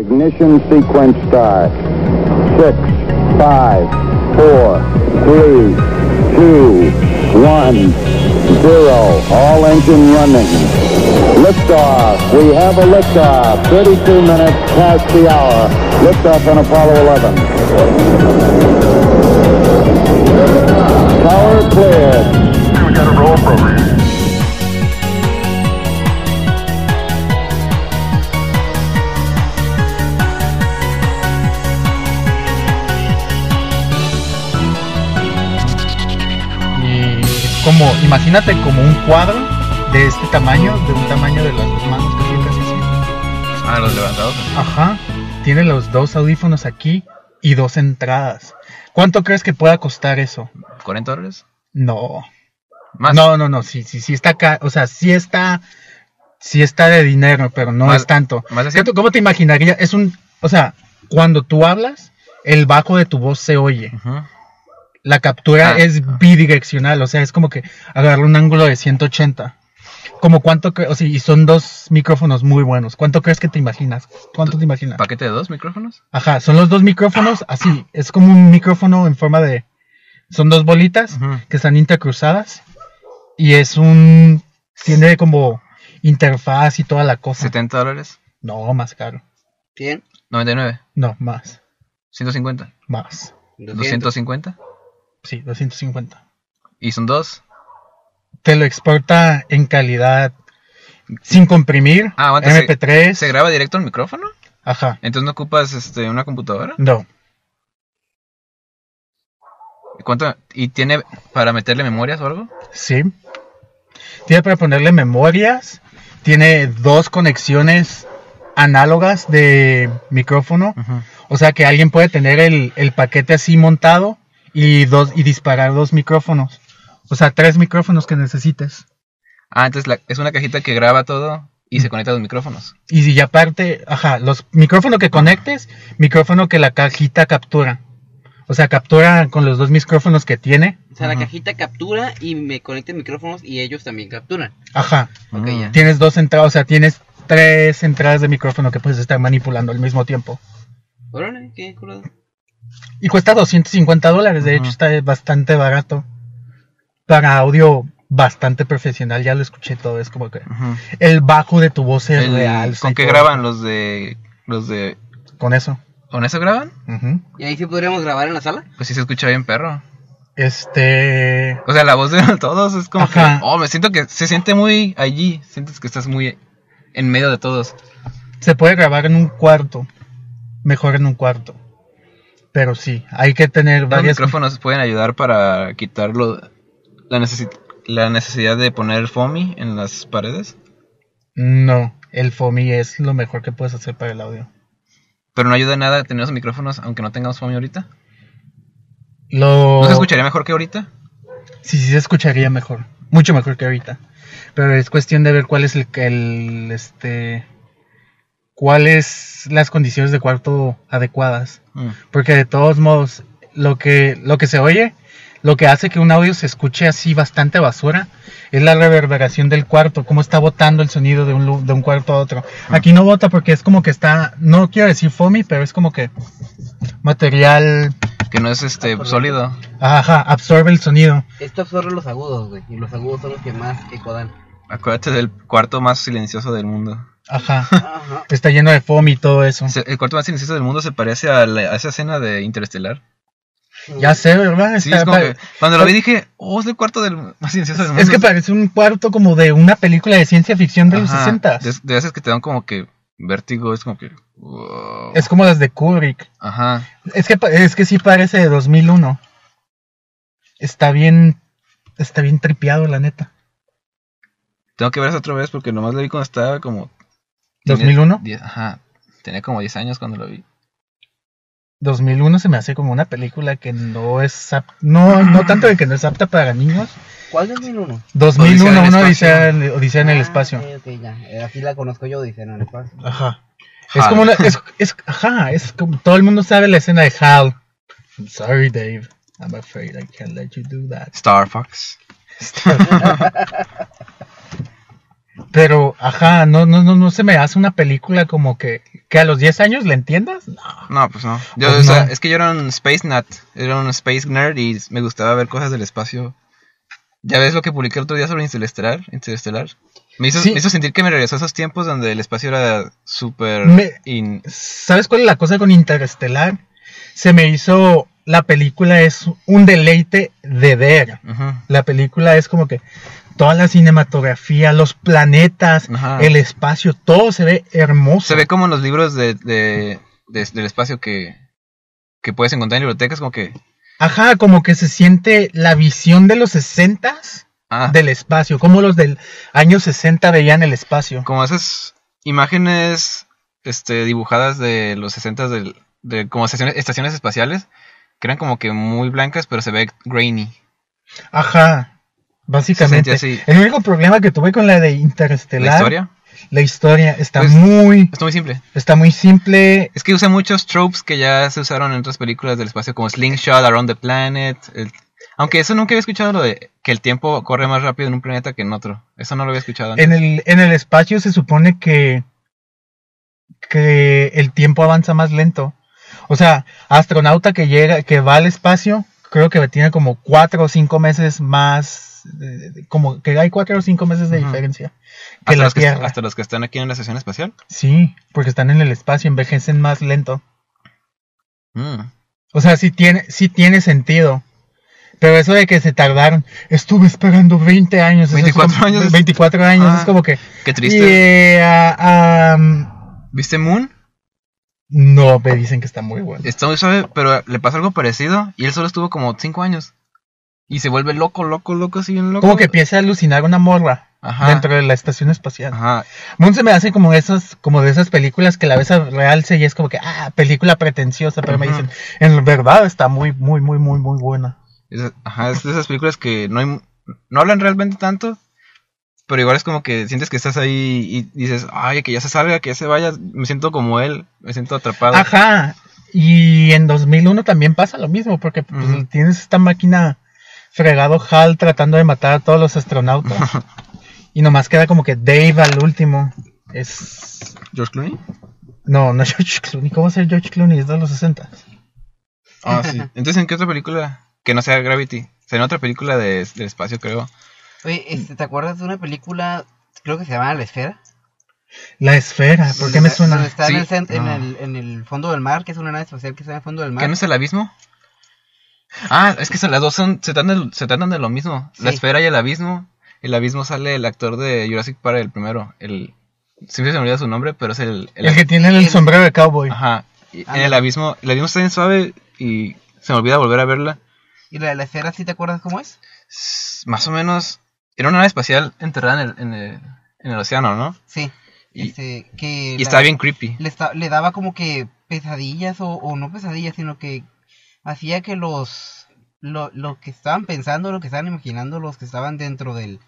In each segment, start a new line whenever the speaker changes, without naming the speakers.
Ignition sequence start. Six, five, four, three, two, one, zero. All engine running. Liftoff. We have a liftoff. 32 minutes past the hour. Liftoff on Apollo 11. Power cleared.
We got a roll program.
eh, como imagínate como un cuadro de este tamaño, de un tamaño de las dos manos casi casi así.
Ah, los levantados.
Ajá. Tiene los dos audífonos aquí y dos entradas. ¿Cuánto crees que pueda costar eso?
¿40 dólares?
No.
Más.
No, no, no, sí, sí, sí está acá, o sea, sí está sí está de dinero, pero no
Más-
es tanto.
más de
¿Qué tú- ¿Cómo te imaginaría? Es un, o sea, cuando tú hablas, el bajo de tu voz se oye.
Ujú.
la captura
Ah.
es bidireccional, o sea, es como que agarrar un ángulo de 180. Como cuánto, cre- o sea, y son dos micrófonos muy buenos. ¿Cuánto crees que te imaginas? ¿Cuánto te imaginas?
¿Paquete de dos micrófonos?
Ajá, son los dos micrófonos así, es como un micrófono en forma de son dos bolitas
Ujú.
que están intercruzadas y es un tiene como interfaz y toda la cosa.
¿70 dólares?
No, más caro.
100,
¿99?
No, más,
¿150?
más.
200.
¿250?
Sí, 250.
¿Y son dos?
te lo exporta en calidad sin comprimir,
Ah, aguanta, se-
MP3,
¿Se graba directo al micrófono?
ajá,
Entonces no ocupas este, una computadora.
no,
¿Y ¿Cuánto? ¿Y tiene para meterle memorias o algo?
sí, tiene para ponerle memorias, tiene dos conexiones análogas de micrófono, o sea que alguien puede tener el, el paquete así montado y dos y disparar dos micrófonos, o sea tres micrófonos que necesites.
Ah, entonces la- es una cajita que graba todo y se conecta a los micrófonos.
Y si aparte, ajá, los micrófono que conectes, micrófono que la cajita captura. O sea, captura con los dos micrófonos que tiene.
O sea, la
Ajá.
cajita captura y me conectan micrófonos y ellos también capturan.
Ajá.
Ok,
Mm.
ya.
Tienes dos entradas, o sea, tienes tres entradas de micrófono que puedes estar manipulando al mismo tiempo.
Órale, qué curado.
Y cuesta 250 dólares, de
Ujú.
hecho está bastante barato. Para audio bastante profesional, ya lo escuché todo, es como que
Ujú.
el bajo de tu voz es
El-
real. o sea,
¿Con
y
qué
todo.
graban los de los de
Con eso.
¿Con eso graban?
Ujú.
¿Y ahí sí podríamos grabar en la sala?
Pues sí se escucha bien perro.
Este...
O sea, la voz de todos es como
Ajá.
que, oh, me siento que se siente muy allí, sientes que estás muy en medio de todos.
Se puede grabar en un cuarto. Mejor en un cuarto. Pero sí, hay que tener
Los
varias.
micrófonos pueden ayudar para quitarlo la necesi- la necesidad de poner foamy en las paredes,
No, el FOMI es lo mejor que puedes hacer para el audio.
pero no ayuda en nada tener los micrófonos aunque no tengamos foamy ahorita.
Lo...
¿No se escucharía mejor que ahorita?
Sí, sí se escucharía mejor. Mucho mejor que ahorita. Pero es cuestión de ver cuál es el, el este cuáles las condiciones de cuarto adecuadas.
Mm.
Porque de todos modos, lo que, lo que se oye, lo que hace que un audio se escuche así bastante basura, es la reverberación del cuarto, cómo está botando el sonido de un, lu- de un cuarto a otro. Aquí no bota porque es como que está, no quiero decir foamy, pero es como que material,
Que no es este sólido.
ajá, absorbe el sonido.
Esto absorbe los agudos, güey. Y los agudos son los que más eco dan.
Acuérdate del cuarto más silencioso del mundo.
Ajá,
Ajá.
está lleno de foamy y todo eso.
Se- El cuarto más silencioso del mundo se parece a, la- a esa escena de Interestelar.
Ya sé, ¿verdad?
Sí,
Está
es como
pa-
que cuando lo vi dije, oh, es el cuarto del más silencioso del mundo.
es que parece un cuarto como de una película de ciencia ficción de los
Ajá,
60.
De, de esas que te dan como que vértigo, es como que. wow.
Es como las de Kubrick.
Ajá.
Es que, pa- es que sí parece de 2001. Está bien. Está bien tripeado, la neta.
Tengo que ver esa otra vez porque nomás la vi cuando estaba como. tenía
¿2001?
10 ajá. Tenía como 10 años cuando lo vi.
2001 se me hace como una película que no es. ap- No, no tanto de que no es apta para niños.
¿Cuál es el uno?
2001,
Odisea en el
una odisea,
espacio.
en- odisea en el
Ah,
espacio.
ok, ok, ya. Eh, Así la conozco yo, dicen en el espacio.
Ajá. Es como una. Es, es- ajá, es como. Todo el mundo sabe la escena de Hal. I'm sorry, Dave. I'm afraid I can't Este, let you do that.
Star Fox.
Pero, ajá, no, no, no, no se me hace una película como que, que a los 10 años le entiendas. No.
No, pues no. Yo,
Pues
o sea,
no.
es que yo era un space nut, era un space nerd y me gustaba ver cosas del espacio. Ya ves lo que publiqué el otro día sobre Interestelar, Interestelar. Me hizo,
Sí.
me hizo sentir que me regresó a esos tiempos donde el espacio era súper
Me-
in-
¿Sabes cuál es la cosa con Interestelar? Se me hizo, la película es un deleite de ver.
Ujú.
La película es como que toda la cinematografía, los planetas,
Ajá.
el espacio, todo se ve hermoso.
Se ve como en los libros de, de- de- del espacio que, que puedes encontrar en bibliotecas, como que...
Ajá, como que se siente la visión de los 60s
Ah,
del espacio, como los del año 60 veían el espacio.
como esas imágenes este, dibujadas de los 60 del, de como estaciones, estaciones espaciales, que eran como que muy blancas, pero se ve grainy.
Ajá, básicamente.
Se sentía así.
El único problema que tuve con la de Interestelar,
¿La historia?
la historia está
Pues-
muy,
Está muy simple.
está muy simple.
Es que usa muchos tropes que ya se usaron en otras películas del espacio, como Slingshot, Around the Planet. el- Aunque eso nunca había escuchado lo de que el tiempo corre más rápido en un planeta que en otro. Eso no lo había escuchado antes.
En el, en el espacio se supone que, que el tiempo avanza más lento. O sea, astronauta que llega, que va al espacio, creo que tiene como cuatro o cinco meses más, eh, como que hay cuatro o cinco meses de
Ujú.
diferencia que
hasta,
la
los que,
Tierra.
hasta los que están aquí en la estación espacial.
Sí, porque están en el espacio, envejecen más lento.
Mm.
O sea, sí tiene, sí tiene sentido. Pero eso de que se tardaron, estuve esperando 20 años. eso es
24
como-
años.
24 años,
Ah.
es como que...
Qué triste.
y, eh, ah, am,
¿Viste Moon?
no, me dicen que está muy bueno.
Está muy suave, pero le pasa algo parecido. Y él solo estuvo como 5 años. Y se vuelve loco, loco, loco, así bien loco.
Como que empieza a alucinar una morra
Ajá.
dentro de la estación espacial.
Ajá.
Moon se me hace como esas, como de esas películas que la ves al realce y es como que, ah, película pretenciosa, pero me
Ujú.
dicen, en verdad está muy, muy, muy, muy, muy buena.
Es, ajá, es de esas películas que no, hay- no hablan realmente tanto, pero igual es como que sientes que estás ahí y dices, ay, que ya se salga, que ya se vaya, me siento como él, me siento atrapado.
Ajá. Y en 2001 también pasa lo mismo, porque pues,
Ujú.
tienes esta máquina fregado HAL tratando de matar a todos los astronautas. y nomás queda como que Dave al último. Es.
¿George Clooney?
No, no es George Clooney. ¿Cómo va a ser George Clooney? Es de los 60.
Ah, sí. Entonces, ¿en qué otra película? Que no sea Gravity. O sea, en otra película de, del espacio, creo.
Oye, este, ¿te acuerdas de una película? Creo que se llamaba La Esfera.
La esfera, ¿por qué me
Donde
suena? Ah.
está en, el
Sí.
cent- en,
No.
el, en el fondo del mar, que es una nave espacial que está en el fondo del mar.
¿Qué no es el abismo? Ah, es que son, las dos son, se, tratan de, se tratan de lo mismo. La
Sí.
esfera y el abismo. El abismo sale el actor de Jurassic Park, el primero. El, siempre se me olvida su nombre, pero es el...
El que tiene
el-
el sombrero de cowboy.
Ajá. y
Ah,
en
no.
el abismo. El abismo está bien suave y se me olvida volver a verla.
¿Y la de la esfera sí te acuerdas cómo es?
S- Más o menos. Era una nave espacial enterrada en el, en el, en el océano, ¿no?
Sí.
Y-
este, que
Y
la-
estaba bien creepy.
Le, esta- le daba como que pesadillas o, o no pesadillas, sino que hacía que los lo, lo que estaban pensando, lo que estaban imaginando, los que estaban dentro del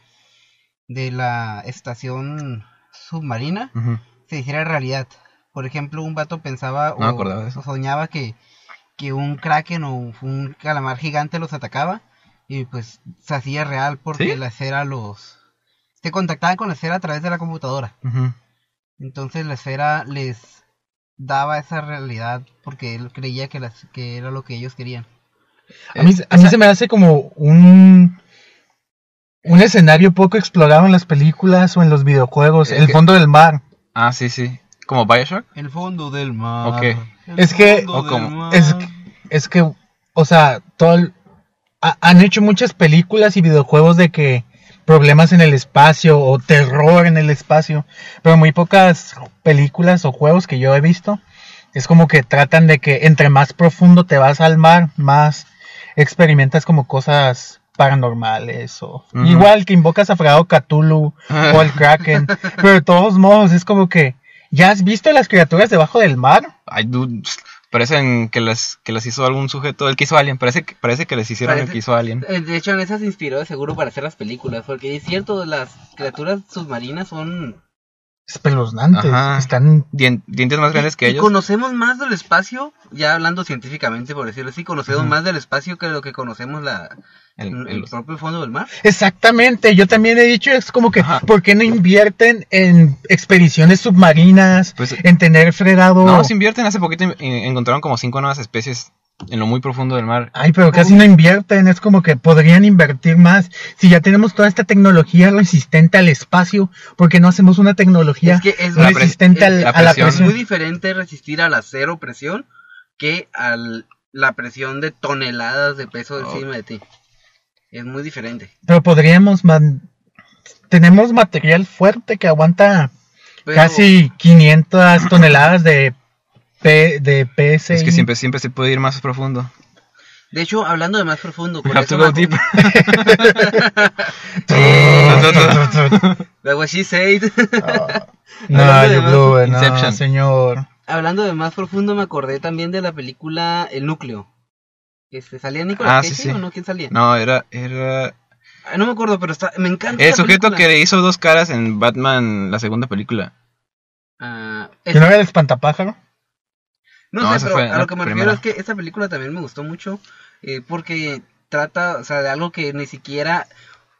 de la estación submarina
Ujú.
se hiciera realidad. Por ejemplo, un vato pensaba
No me
o,
acordaba de eso.
o soñaba que, que un kraken o un calamar gigante los atacaba y pues se hacía real porque
¿Sí?
la cera los... Se contactaban con la cera a través de la computadora.
Ujú.
Entonces la esfera les daba esa realidad porque él creía que, las, que era lo que ellos querían.
A mí, a mí
Eh,
se me hace como un. Un escenario poco explorado en las películas o en los videojuegos,
Es
el
que-
fondo del mar.
Ah, sí, sí. Como Bioshock.
El fondo del mar.
Ok.
el
Es que-
fondo
o
del
como-
mar.
es que- Es que, o sea, todo el- ha- han hecho muchas películas y videojuegos de que problemas en el espacio o terror en el espacio, pero muy pocas películas o juegos que yo he visto es como que tratan de que entre más profundo te vas al mar, más experimentas como cosas paranormales o
Ujú.
igual que invocas a Fragado Cthulhu o el Kraken, pero de todos modos es como que ¿ya has visto las criaturas debajo del mar?
Ay, dude. pst, Parecen que las, que las hizo algún sujeto. El que hizo Alien. Parece que, parece que les hicieron el
Parece-
que hizo Alien.
Eh, De hecho, en esas se inspiró de seguro para hacer las películas, porque es cierto, las criaturas submarinas son
espeluznantes.
Ajá.
Están
Dien- dientes más grandes que
Y
ellos.
conocemos más del espacio, ya hablando científicamente por decirlo así, conocemos
Ujú.
más del espacio que lo que conocemos la,
El-
el,
el-
propio fondo del mar.
Exactamente, yo también he dicho, es como que,
Ajá.
¿por qué no invierten en expediciones submarinas,
Pues-
en tener
Oh.
fregado?
No, se invierten. Hace poquito en- en- encontraron como cinco nuevas especies en lo muy profundo del mar.
Ay, pero casi no invierten, es como que podrían invertir más. Si ya tenemos toda esta tecnología resistente al espacio, ¿por qué no hacemos una tecnología
Es que es
La pres-
resistente al-
la
a la
presión.
Es muy
presión?
diferente resistir a la cero presión que a la presión de toneladas de peso encima de ti. Es muy diferente.
Pero podríamos, man- tenemos material fuerte que aguanta
Pero-
casi 500 toneladas de, P- de PSI.
Es que siempre, siempre se puede ir más profundo.
De hecho, hablando de más profundo,
We
con
have
eso
to go
me acu-
deeper.
That's what she said.
No,
Hablando de
yo
más-
blew it, no,
Inception.
señor.
hablando de más profundo, me acordé también de la película El Núcleo. Este, ¿Salía Nicolas
Ah,
Cage
sí, sí.
o no? ¿Quién salía? No,
No, era, era
no me acuerdo, pero está, me encanta.
el
esa
sujeto
película.
que hizo dos caras en Batman, la segunda película.
Ah, es-
¿Que no era el espantapájaro?
No,
No,
sé,
esa
pero
fue
a
la
lo que me
primera.
refiero es que esta película también me gustó mucho eh, porque trata, o sea, de algo que ni siquiera...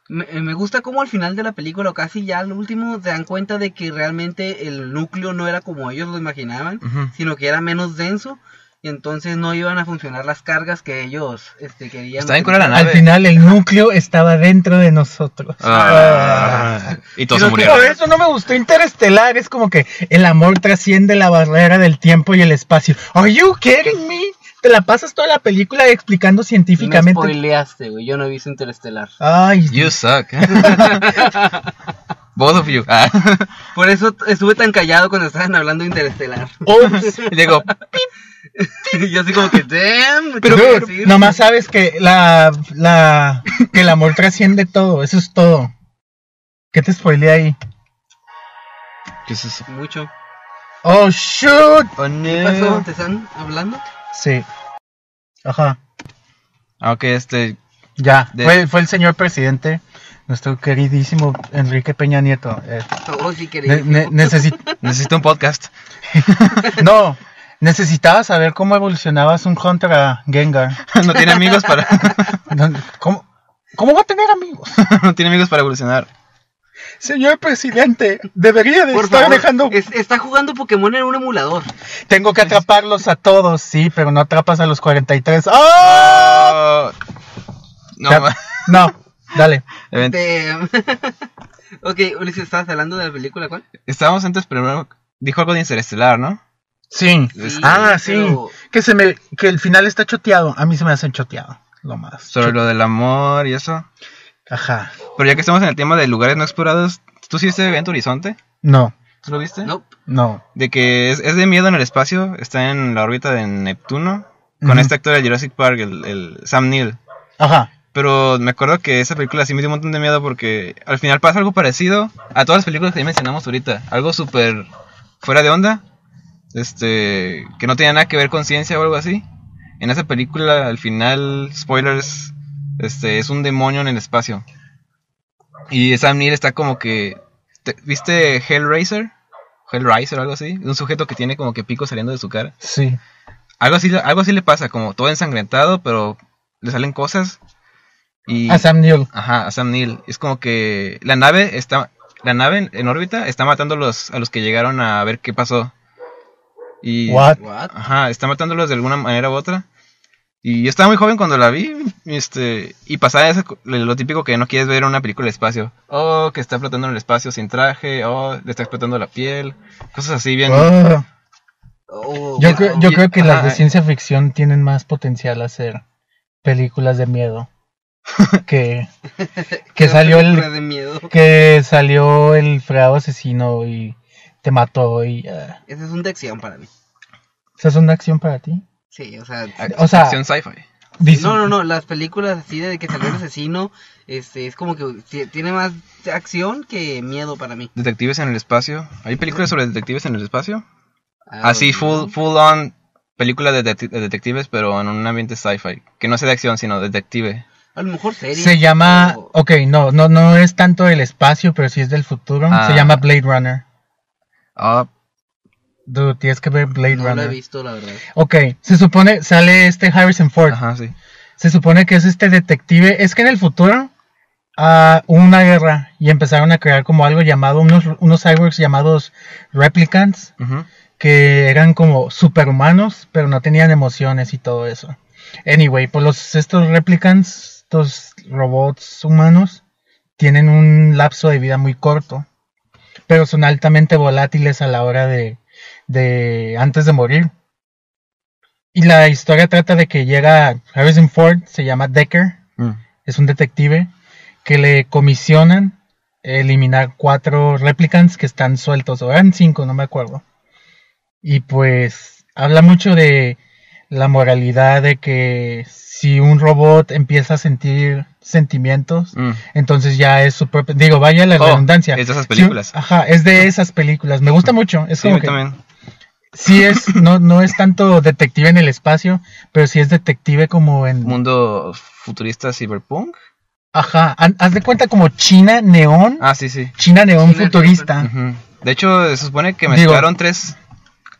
Me, eh, me gusta como al final de la película, o casi ya al último, se dan cuenta de que realmente el núcleo no era como ellos lo imaginaban,
Ujú.
sino que era menos denso y entonces no iban a funcionar las cargas que ellos este, querían.
Está bien curada la
Al
nave.
final el núcleo estaba dentro de nosotros.
Ah, y todos se
Pero
murieron.
por eso no me gustó Interestelar, es como que el amor trasciende la barrera del tiempo y el espacio. Are you kidding me? Te la pasas toda la película explicando
Me
científicamente.
spoileaste, güey, yo no he visto Interestelar.
Ay,
You suck. Both of you. Ah.
Por eso t- estuve tan callado cuando estaban hablando de Interestelar.
Oops.
Y Digo,
yo así como que, damn,
Pero,
¿qué
pero
decir?
nomás sabes que la, la que el amor trasciende todo, eso es todo. ¿Qué te spoileé ahí?
¿qué es eso?
Mucho.
Oh shoot.
Oh,
¿Qué
no.
pasó? ¿Te están hablando?
Sí. Ajá.
Ah, Ok, este.
Ya,
De-
fue, fue el señor presidente, nuestro queridísimo Enrique Peña Nieto. eh,
Oh, sí, querido.
ne- ne- necesi-
Necesito un podcast.
no, necesitaba saber cómo evolucionabas un contra Gengar.
No tiene amigos para.
No, ¿Cómo, ¿Cómo va a tener amigos?
no tiene amigos para evolucionar.
Señor presidente, debería de
Por
estar
favor,
dejando...
es- está jugando Pokémon en un emulador.
Tengo que atraparlos a todos, sí, pero no atrapas a los 43. ¡Ah!
Oh, no,
Ya-
ma-
No, dale.
Event-
Este, ok, Ulises, estabas hablando de la película, ¿cuál?
Estábamos antes, primero. Dijo algo de interestelar, ¿no?
Sí.
Sí,
Ah, sí.
pero-
Que, se me, que el final está choteado. A mí se me hace choteado. Lo más.
Sobre lo del amor y eso.
Ajá.
Pero ya que estamos en el tema de lugares no explorados, ¿tú sí viste Evento Horizonte?
No,
¿Tú lo viste?
Nope.
no.
De que es, es de miedo en el espacio, está en la órbita de Neptuno, con
Ujú.
este actor de Jurassic Park, el, el Sam Neill.
Ajá.
Pero me acuerdo que esa película sí me dio un montón de miedo porque al final pasa algo parecido a todas las películas que ya mencionamos ahorita. Algo súper fuera de onda. Este, que no tenía nada que ver con ciencia o algo así. En esa película, al final, spoilers, este, es un demonio en el espacio. Y Sam Neill está como que... te- ¿Viste Hellraiser? Hellraiser o algo así. Un sujeto que tiene como que pico saliendo de su cara.
Sí.
Algo así, algo así le pasa, como todo ensangrentado, pero le salen cosas. Y,
A Ah, Sam Neill.
Ajá, a Sam Neill. Es como que la nave está. La nave en, en órbita está matando a los, a los que llegaron a ver qué pasó. Y.
What?
What?
Ajá, está matándolos de alguna manera u otra. Y yo estaba muy joven cuando la vi. Este. Y pasaba eso, lo típico que no quieres ver en una película de espacio. Oh, que está explotando en el espacio sin traje. Oh, le está explotando la piel. Cosas así bien.
Oh,
Oh,
yo
wow.
creo, yo creo que las de
Ajá.
ciencia ficción tienen más potencial a ser películas de miedo que que
Esa
salió
película
el-
de miedo.
que salió el fregado asesino y te mató y ah.
Esa es un de acción para mí.
¿Esa es una acción para ti?
Sí, o sea...
Ac-
O sea-
acción sci-fi.
Ah, Dice-
No, no, no, las películas así de que salió el asesino, este, es como que ti- tiene más acción que miedo para mí.
Detectives en el espacio. ¿Hay películas sobre detectives en el espacio?
Ah,
Así,
bueno.
full, full on película de, detec- de detectives, pero en un ambiente sci-fi. Que no sea de acción, sino detective.
A lo mejor serie.
Se llama,
o-
ok, no, no, no es tanto del espacio, pero sí es del futuro.
Ah.
Se llama Blade Runner.
Ah,
Dude, tienes que ver Blade
No lo he
Runner.
visto, la verdad.
ok, se supone, sale este Harrison Ford.
ajá, sí.
Se supone que es este detective. Es que en el futuro ah, hubo una guerra y empezaron a crear como algo llamado, unos, unos cyborgs llamados replicants,
Ujú.
que eran como superhumanos, pero no tenían emociones y todo eso. Anyway, pues los, estos replicants, estos robots humanos, tienen un lapso de vida muy corto, pero son altamente volátiles a la hora de, de antes de morir. Y la historia trata de que llega Harrison Ford, se llama Decker,
Mm.
es un detective, que le comisionan eliminar cuatro replicants que están sueltos, o eran cinco, no me acuerdo. Y pues habla mucho de la moralidad de que si un robot empieza a sentir sentimientos,
Mm.
entonces ya es su propio... Digo, vaya la
Oh,
redundancia.
es de esas
Si un-
películas.
ajá, es de esas películas. Me gusta mucho. Es
Sí, a
como
mí
que
también.
sí es, no, no es tanto detective en el espacio, pero sí es detective como en...
Mundo futurista cyberpunk.
Ajá, han- haz de cuenta como China neón,
Ah, pues. sí, sí.
China neón
China
futurista.
Ujú. De hecho, se supone que
Ah. Digo-
mezclaron tres.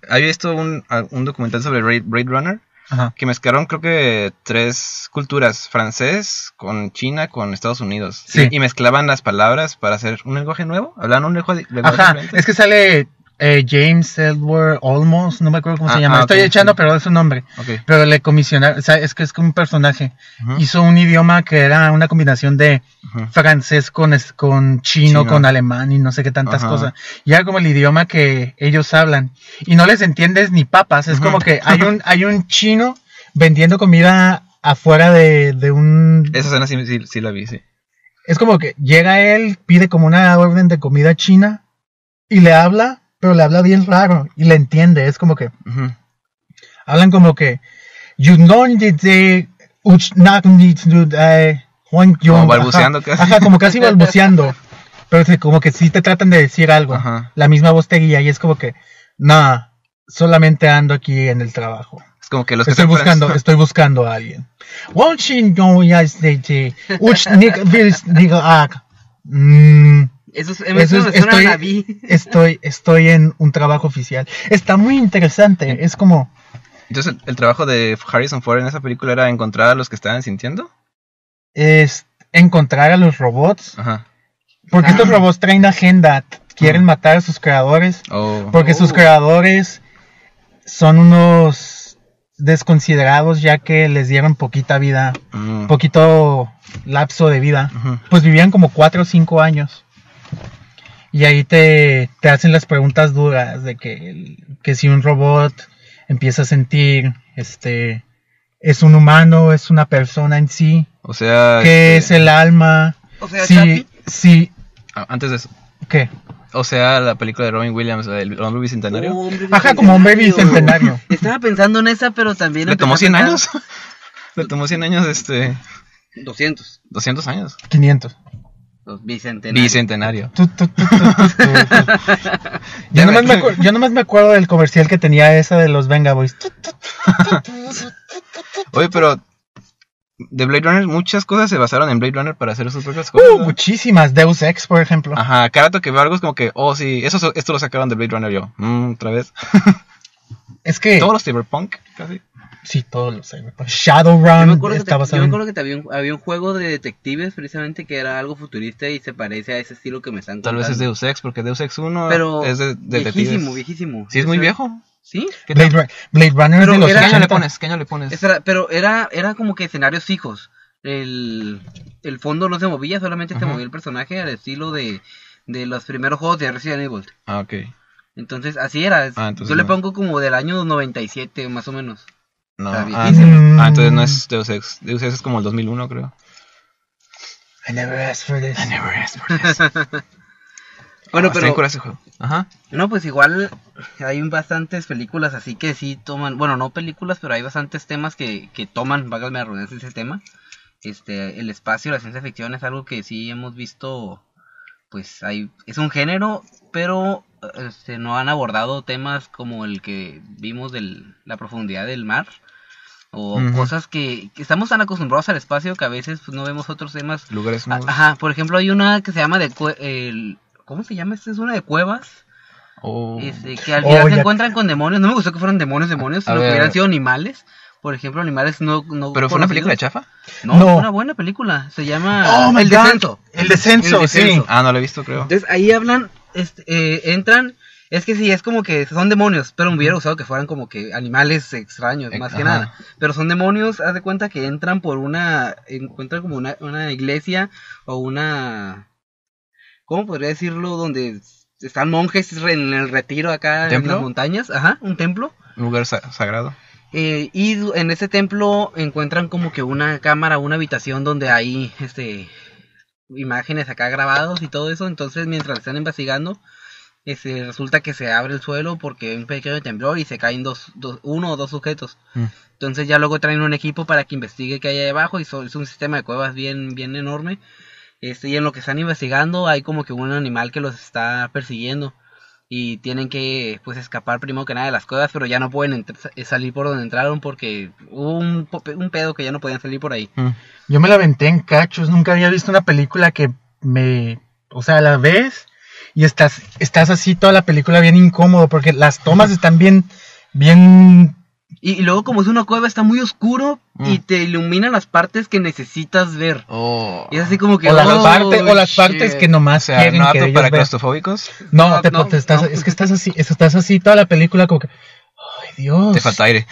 Había visto un, a- un documental sobre Ra- Blade Runner
Ajá.
que mezclaron, creo que, tres culturas: francés, con China, con Estados Unidos.
Sí.
Y, y mezclaban las palabras para hacer un lenguaje nuevo. Hablaban un lenguaje, lenguaje
Ajá,
diferente.
es que sale eh, James Edward Olmos, no me acuerdo cómo
Ah,
se llama.
ah,
Estoy
ok,
echando,
sí.
pero es su nombre.
Ok.
Pero le comisionaron, o sea, es que es como un personaje.
Ujú.
Hizo un idioma que era una combinación de
Ujú.
francés con, es- con chino,
Chino.
con alemán y no sé qué tantas
Ajá.
cosas. Y era como el idioma que ellos hablan. Y no les entiendes ni papas. Es
Ujú.
como que hay un, hay un chino vendiendo comida afuera de, de un...
Esa escena sí, sí, sí la vi, sí.
Es como que llega él, pide como una orden de comida china y le habla, pero le habla bien raro y le entiende. Es como que
Ujú.
hablan como que you don't need to- uch- not need to do that, eh, Juan Yong",
balbuceando
ajá.
casi.
Ajá, como casi balbuceando. Pero sí, como que sí te tratan de decir algo.
Ajá.
La misma voz te guía y es como que, nada, solamente ando aquí en el trabajo.
Es como que los que
Estoy
son
buscando,
franceses-
estoy buscando a alguien. Watching no ya sé, sí. Uch, nig- vis- nig- ah, mm,
Eso, es,
eso es-
me suena a la
estoy,
vi.
estoy, estoy en un trabajo oficial. Está muy interesante. Es como,
Entonces, el, el trabajo de Harrison Ford en esa película era encontrar a los que estaban sintiendo.
es encontrar a los robots.
Ajá.
Porque
Ah.
estos robots traen agenda. t- Quieren matar a sus creadores.
O
Porque sus
Oh.
creadores son unos desconsiderados ya que les dieron poquita vida.
Mm.
Poquito lapso de vida.
Ujú.
pues vivían como 4 o 5 años. Y ahí te, te hacen las preguntas duras de que, el- que si un robot empieza a sentir, este, es un humano, es una persona en sí,
O sea,
qué es
este,
el alma,
O sea,
si,
Chapi.
si,
a- antes de eso.
¿qué?
O sea, la película de Robin Williams, la del hombre bicentenario.
Hombre
Ajá, como un baby centenario.
Estaba pensando en esa, pero también.
Le
empecé
tomó
a
100
pensar-
años. Le tomó 100 años, este.
200.
200 años.
500.
Los bicentenarios.
Bicentenario.
Tu, tu, tu, tu, tu, tu, tu. Yo
Ya
nomás,
me-
me acuer- yo nomás me acuerdo del comercial que tenía esa de los Venga Boys. Tu, tu,
Oye, pero. De Blade Runner, muchas cosas se basaron en Blade Runner para hacer sus propias cosas.
uh,
¿no?
muchísimas. Deus Ex, por ejemplo.
Ajá, cada rato que veo algo es como que, oh sí, eso, so- esto lo sacaron de Blade Runner yo. Mm, otra vez.
Es que...
Todos los cyberpunk, casi.
Sí, todos los Cyberpunk.
Yo me,
Shadowrun
acuerdo que
está
te- yo
basado
me
en-
acuerdo que también había un juego de detectives precisamente que era algo futurista y se parece a ese estilo que me están
Tal
contando.
vez es Deus Ex, porque Deus Ex 1
Pero
es de detectives.
viejísimo, viejísimo.
Sí, es muy
Ese-
viejo.
¿Sí?
¿Qué
Blade,
tal?
Run- Blade Runner es
Pero
de los
era-
¿Qué año le
80.
pones? ¿Qué año le pones?
Ese era- pero era, era como que escenarios fijos. El, el fondo no se movía, solamente se
Ajá.
movía el personaje al estilo de, de los primeros juegos de Resident Evil.
Ah, ok.
Entonces, así era.
Ah, entonces
Yo le
no.
pongo como del año 97, más o menos.
No,
Está
ah,
viejísimo.
ah, entonces no es Deus Ex. Deus Ex es como el 2001, creo.
Mm, I never asked for this.
Never asked Ah,
Bueno, pero...
ese juego. Ajá.
No, pues igual hay un- bastantes películas así que sí toman, bueno, no películas, pero hay bastantes temas que, que toman, válgame la redundancia, ese tema. Este, el espacio, la ciencia ficción es algo que sí hemos visto, pues hay, es un género, pero este, no han abordado temas como el que vimos de la profundidad del mar. O
Ujú.
cosas que, que estamos tan acostumbrados al espacio que a veces pues, no vemos otros temas.
Lugares
A-
nuevos.
Ajá, por ejemplo hay una que se llama de cue- el- ¿Cómo se llama? Esta es una de cuevas
Oh.
Este, que al
Oh,
final se
ya-
encuentran con demonios. No me gustó que fueran demonios, demonios,
A
sino que
ver.
hubieran sido animales. Por ejemplo, animales no. no
Pero fue una
conocidos.
película chafa.
No,
No.
fue una buena película. Se llama
Oh, my
Ah, El
God.
Descenso.
El descenso,
El
sí.
descenso.
Ah, no la he visto, creo.
Entonces ahí hablan, este, eh, entran. Es que sí, es como que son demonios, pero me hubiera gustado que fueran como que animales extraños,
Ex-
más que
ajá.
nada. Pero son demonios, haz de cuenta que entran por una. Encuentran como una, una iglesia o una. ¿Cómo podría decirlo? Donde están monjes en el retiro acá en
¿Templo?
las montañas, ajá, un templo.
Lugar sa- sagrado.
Eh, y du- en ese templo encuentran como que una cámara, una habitación donde hay este imágenes acá grabados y todo eso. Entonces, mientras están investigando, este, resulta que se abre el suelo porque hay un pequeño temblor y se caen dos, dos- uno o dos sujetos.
Mm.
Entonces ya luego traen un equipo para que investigue qué hay ahí abajo y so- es un sistema de cuevas bien, bien enorme. Este, y en lo que están investigando hay como que un animal que los está persiguiendo y tienen que pues escapar primero que nada de las cuevas, pero ya no pueden entr- eh, salir por donde entraron porque hubo un, po- un pedo que ya no podían salir por ahí.
Mm.
Yo me la aventé en cachos, nunca había visto una película que me, o sea, la ves y estás, estás así toda la película bien incómodo porque las tomas están bien, bien,
Y, y luego como es una cueva está muy oscuro y
Mm.
te ilumina las partes que necesitas ver.
Oh.
Y es así como que...
o las
"Oh,
partes, o las partes
shit".
que
O
nomás
sea,
quieren
no
que
apto
ellos
para
vean.
claustrofóbicos.
No,
No,
te,
no,
te estás,
no.
es que estás así, es- estás así toda la película como que, ay Dios,
Te falta aire.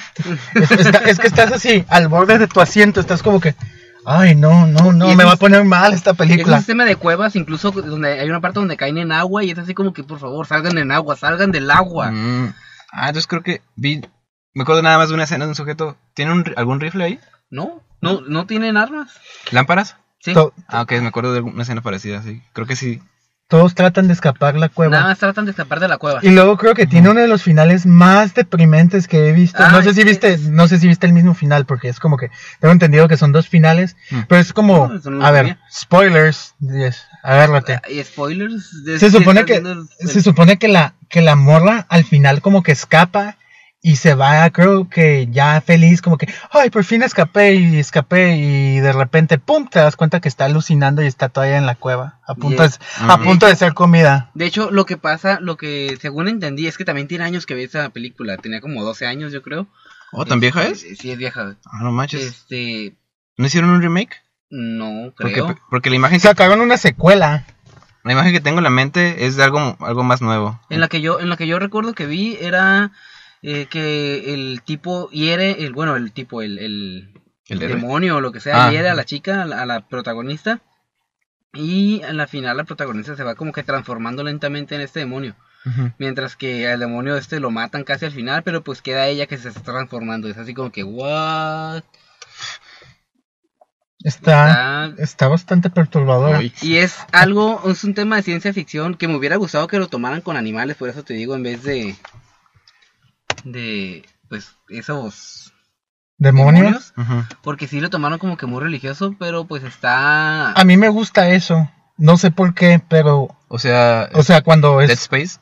es, está- es que estás así, al borde de tu asiento, estás como que, ay no, no,
Y
no,
es
me va
un-
a poner mal esta
Y Es un
película.
sistema de cuevas, incluso donde hay una parte donde caen en agua y es así como que por favor salgan en agua, salgan del agua.
Mm. Ah, entonces creo que vi. Me acuerdo nada más de una escena de un sujeto. ¿Tiene un ri- algún rifle ahí?
No, no, no tienen armas.
¿Lámparas?
Sí.
To-
Ah, ok, me acuerdo de alguna escena parecida, sí. Creo que sí.
todos tratan de escapar la cueva.
Nada más tratan de escapar de la cueva.
Y luego creo que tiene uno de los finales más deprimentes que he visto. no
Ay,
sé si
sí.
viste, no sé si viste el mismo final, porque es como que tengo entendido que son dos finales,
Mm.
pero es como,
No, eso no lo
a ver,
sabía.
spoilers, yes, agárrate.
Y spoilers. de-
Se
si
supone
estás
que,
viendo el-
se supone que la, que la morra al final como que escapa y se va, creo que ya feliz, como que, ay, por fin escapé y escapé y de repente, pum, te das cuenta que está alucinando y está todavía en la cueva, a punto,
Yes.
de, a
Mm.
punto de ser comida.
De hecho, lo que pasa, lo que según entendí, es que también tiene años que vi esa película. Tenía como 12 años, yo creo.
Oh, ¿tan vieja es?
Este, Sí, es vieja.
Ah, no manches.
Este,
¿No hicieron un remake?
no
Porque,
creo.
porque la, imagen que,
Sacaron una secuela.
la imagen que tengo en la mente es de algo, algo más nuevo.
En la que yo, en la que yo recuerdo que vi era eh, que el tipo hiere, el, bueno, el tipo, el, el
¿El R?
demonio o lo que sea,
Ah.
hiere a la chica, a la, a la protagonista. Y a la final la protagonista se va como que transformando lentamente en este demonio.
Ujú.
Mientras que al demonio este lo matan casi al final, pero pues queda ella que se está transformando. Es así como que, what? Ah,
Está bastante perturbador.
Uy.
Y es algo, es un tema de ciencia ficción que me hubiera gustado que lo tomaran con animales, por eso te digo, en vez de. de. pues, esos.
¿Demonios?
Ujú.
Porque sí lo tomaron como que muy religioso, pero pues está.
A mí me gusta eso. No sé por qué, pero.
O sea,
O sea, pues, cuando
Dead
es.
Space.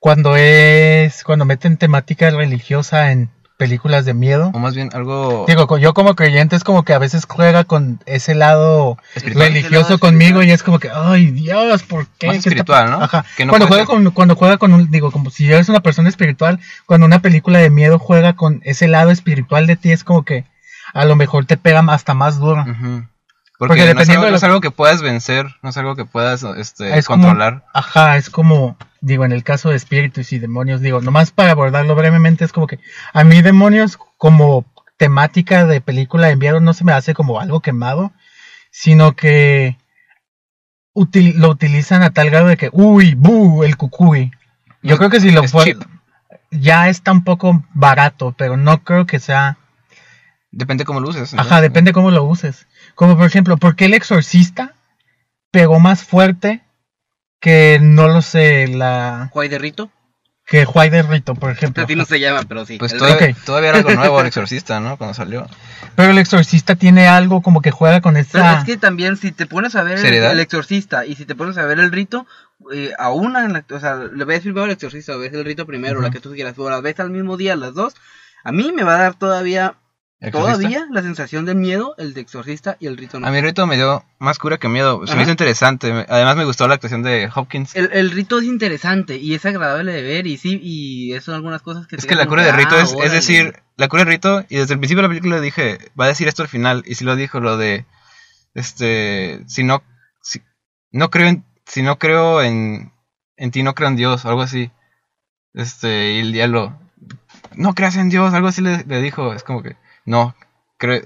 Cuando es. Cuando meten temática religiosa en películas de miedo.
O más bien algo.
Digo, co- yo como creyente es como que a veces juega con ese lado
Espiritual.
Ese lado
religioso conmigo
espiritual.
y es como que, ay Dios, ¿por qué?
Más
¿Qué está
espiritual,
pa-?"
¿no?
Ajá.
Que no
cuando,
puede
juega con, cuando juega con un, digo, como si eres una persona espiritual, cuando una película de miedo juega con ese lado espiritual de ti, es como que a lo mejor te pega hasta más duro.
Ujú.
Porque
Porque, no, es
dependiendo
algo,
de
no
lo-
es algo que puedas vencer, no es algo que puedas este,
Es como-
controlar.
Ajá, es como, digo, en el caso de espíritus y demonios, digo, nomás para abordarlo brevemente, es como que a mí demonios como temática de película de miedo no se me hace como algo quemado, sino que util- lo utilizan a tal grado de que, uy, bu, el cucuy. Yo
Mm,
creo que si lo
es
fuera,
cheap.
ya está un poco barato, pero no creo que sea...
Depende cómo lo uses.
Ajá,
entonces.
depende cómo lo uses. Como por ejemplo, ¿por qué el exorcista pegó más fuerte que no lo sé, la
Juay de Rito.
que Juay de Rito, por ejemplo?
Así no se llama, pero sí.
Pues
El-
todavía,
Ok.
todavía era algo nuevo el exorcista, ¿no? Cuando salió.
Pero el exorcista tiene algo como que juega con
Pero
esa
es que también si te pones a ver el,
¿Seriedad?
El exorcista y si te pones a ver el rito, eh, a una, en la- o sea, le ves primero el exorcista, ves el rito primero, la que tú quieras, o la ves al mismo día, las dos, a mí me va a dar todavía
Exorcista.
Todavía la sensación de miedo, el de exorcista y el rito no.
A mí el rito me dio más cura que miedo. Se
Ajá.
me hizo interesante. Me- Además me gustó la actuación de Hopkins.
El, el rito es interesante y es agradable de ver y sí, y eso son algunas cosas que...
es
te
que la
dejan
cura
como
del
que,
rito
ah,
es, es
órale.
decir, la cura del rito, y desde el principio de la película dije, va a decir esto al final, y si lo dijo, lo de, este, si no, si, no creo en, si no creo en, en ti, no creo en Dios, o algo así, este, y el diablo, no creas en Dios, algo así le, le dijo, es como que, no, creo,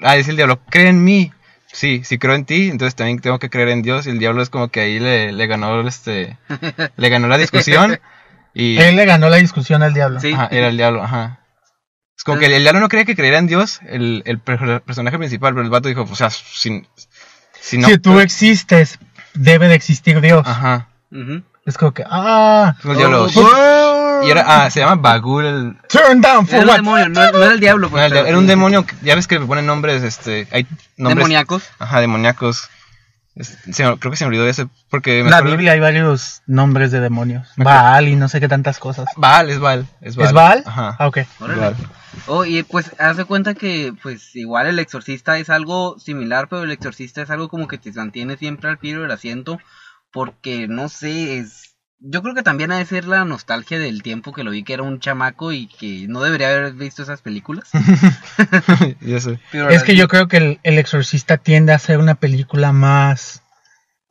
ah, dice el diablo, cree en mí, sí, si creo en ti, entonces también tengo que creer en Dios, y el diablo es como que ahí le, le ganó, este, le ganó la discusión, y...
Él le ganó la discusión al diablo.
Sí.
Ajá, era el diablo, ajá. Es como que el, el diablo no creía que creyera en Dios, el, el per- personaje principal, pero el vato dijo, o sea, si, si no... Ah.
si tú existes, debe de existir Dios.
Ajá.
Ujú.
Es como que, ah,
Fue el diablo. Oh. Y era, ah, se llama Bagul, el,
turn down
Era
for
un
what?
demonio, no, no era el diablo. pues,
no, el
pero
diablo, era un
sí.
demonio, que- ya ves que le ponen nombres, este, hay nombres...
Demoníacos.
Ajá, demoníacos. Es- se me- creo que se me olvidó ese, porque... me
La
acuerdo-
Biblia hay varios nombres de demonios. Baal y no sé qué tantas cosas.
Baal, es Baal, es Baal.
¿Es Baal?
Ajá.
Ah, ok.
Órale.
Baal.
Oh, y pues hace cuenta que pues igual el exorcista es algo similar, pero el exorcista es algo como que te mantiene siempre al pie del asiento, porque no sé, es... Yo creo que también ha de ser la nostalgia del tiempo que lo vi que era un chamaco y que no debería haber visto esas películas.
Ya sé.
Pero
Es
la-
que yo creo que el, el exorcista tiende a ser una película más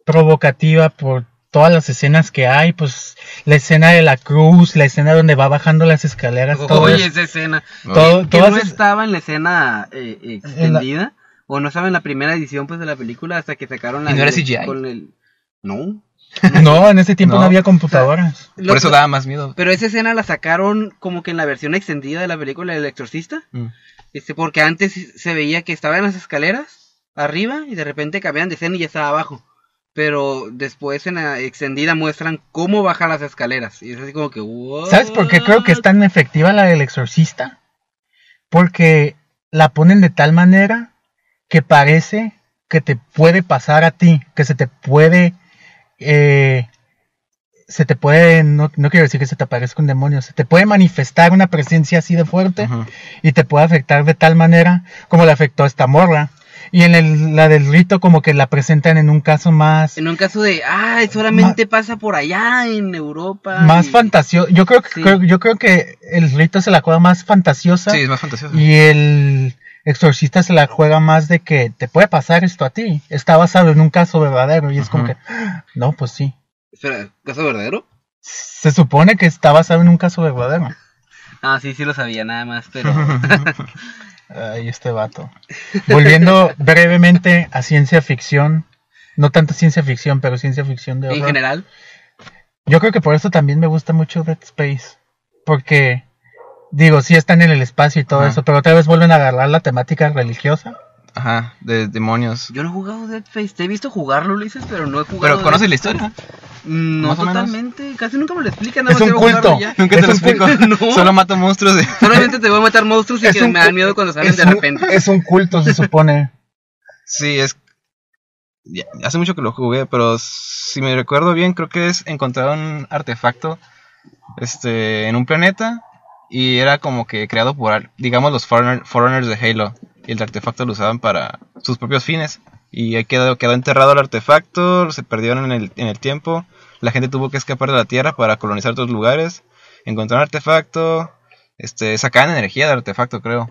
provocativa por todas las escenas que hay, pues la escena de la cruz, la escena donde va bajando las escaleras, todo
Oye,
eso.
esa escena.
Todo-
que
todas
no
es-
estaba en la escena eh, extendida o no estaba en la primera edición pues de la película hasta que sacaron la
¿Y no era
del-
CGI?
con el no
No, en ese tiempo no,
No.
había computadoras.
Lo-
Por eso daba más miedo.
pero esa escena la sacaron como que en la versión extendida de la película del exorcista
Mm.
este porque antes se veía que estaba en las escaleras arriba y de repente cambiaban de escena y ya estaba abajo pero después en la extendida muestran cómo baja las escaleras y es así como que "What?".
¿Sabes por qué creo que es tan efectiva la del exorcista? Porque la ponen de tal manera que parece que te puede pasar a ti, que se te puede... eh, se te puede, no, no quiero decir que se te aparezca un demonio, se te puede manifestar una presencia así de fuerte
Ajá.
y te puede afectar de tal manera como le afectó a esta morra. Y en el- la del rito como que la presentan en un caso más...
en un caso de ah solamente pasa por allá en Europa
más
y-
fantasioso. Yo creo que
Sí.
creo- yo creo que el rito se la juega más fantasiosa
Sí, es más fantasioso.
y el exorcista se la juega más de que te puede pasar esto a ti. Está basado en un caso verdadero y es como
Ajá.
que no, pues sí.
Espera, ¿caso verdadero?
Se supone que está basado en un caso verdadero.
Ah, sí, sí lo sabía nada más, pero...
Ay, este vato. Volviendo brevemente a ciencia ficción, no tanto ciencia ficción, pero ciencia ficción de
en
horror.
general,
Yo creo que por eso también me gusta mucho Dead Space. Porque, digo, sí están en el espacio y todo
Ajá.
eso, pero otra vez vuelven a agarrar la temática religiosa.
Ajá, de demonios.
yo no he jugado Dead Space. Te he visto jugarlo, Ulises, pero no he jugado...
Pero conoces
Dead-
la historia.
Mm, No
más o menos.
totalmente, casi nunca me lo explican. nada
Es
más
un
quiero jugarlo
culto.
ya.
Nunca
Es
te lo
un
explico.
culto. No.
Solo mato monstruos. de-
Solamente te voy a matar monstruos y que me dan miedo cuando salen de repente.
es un eh. culto, se supone.
Sí, es. ya- hace mucho que lo jugué, pero si me recuerdo bien, creo que es encontrar un artefacto este, en un planeta y era como que creado por, al- digamos, los foreigner- Forerunners de Halo. Y el artefacto lo usaban para sus propios fines. Y ahí quedó, quedó enterrado el artefacto, se perdieron en el, en el tiempo. La gente tuvo que escapar de la Tierra para colonizar otros lugares. Encontraron artefacto, este, sacaban energía del artefacto, creo.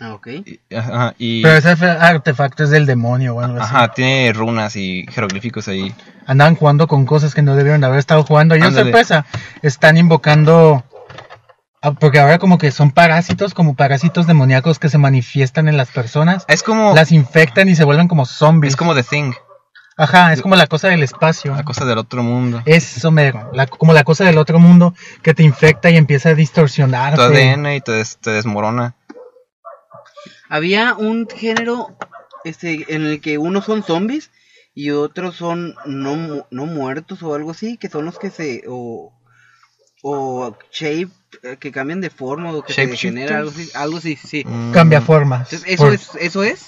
Ah, ok.
Y, ajá, y-
Pero ese fe- artefacto es del demonio o algo así.
Ajá, tiene runas y jeroglíficos ahí.
Andaban jugando con cosas que no debieron de haber estado jugando. Y oh,
Ándale.
sorpresa, están invocando. ah, Porque ahora como que son parásitos, como parásitos demoníacos que se manifiestan en las personas,
Es como,
las infectan y se vuelven como zombies.
es como The Thing,
Ajá, es como la cosa del espacio.
la cosa del otro mundo.
Eso mero, la- como la cosa del otro mundo que te infecta y empieza a distorsionar.
Tu ADN y te, des- te desmorona.
Había un género este, en el que unos son zombies y otros son no, mu- no muertos o algo así, que son los que se... o, o shape, eh, que cambian de forma o que se
Shapeshifters.
degenera, algo así, algo así, sí.
Mm,
Cambia formas.
Entonces, eso
Por-
es, eso es,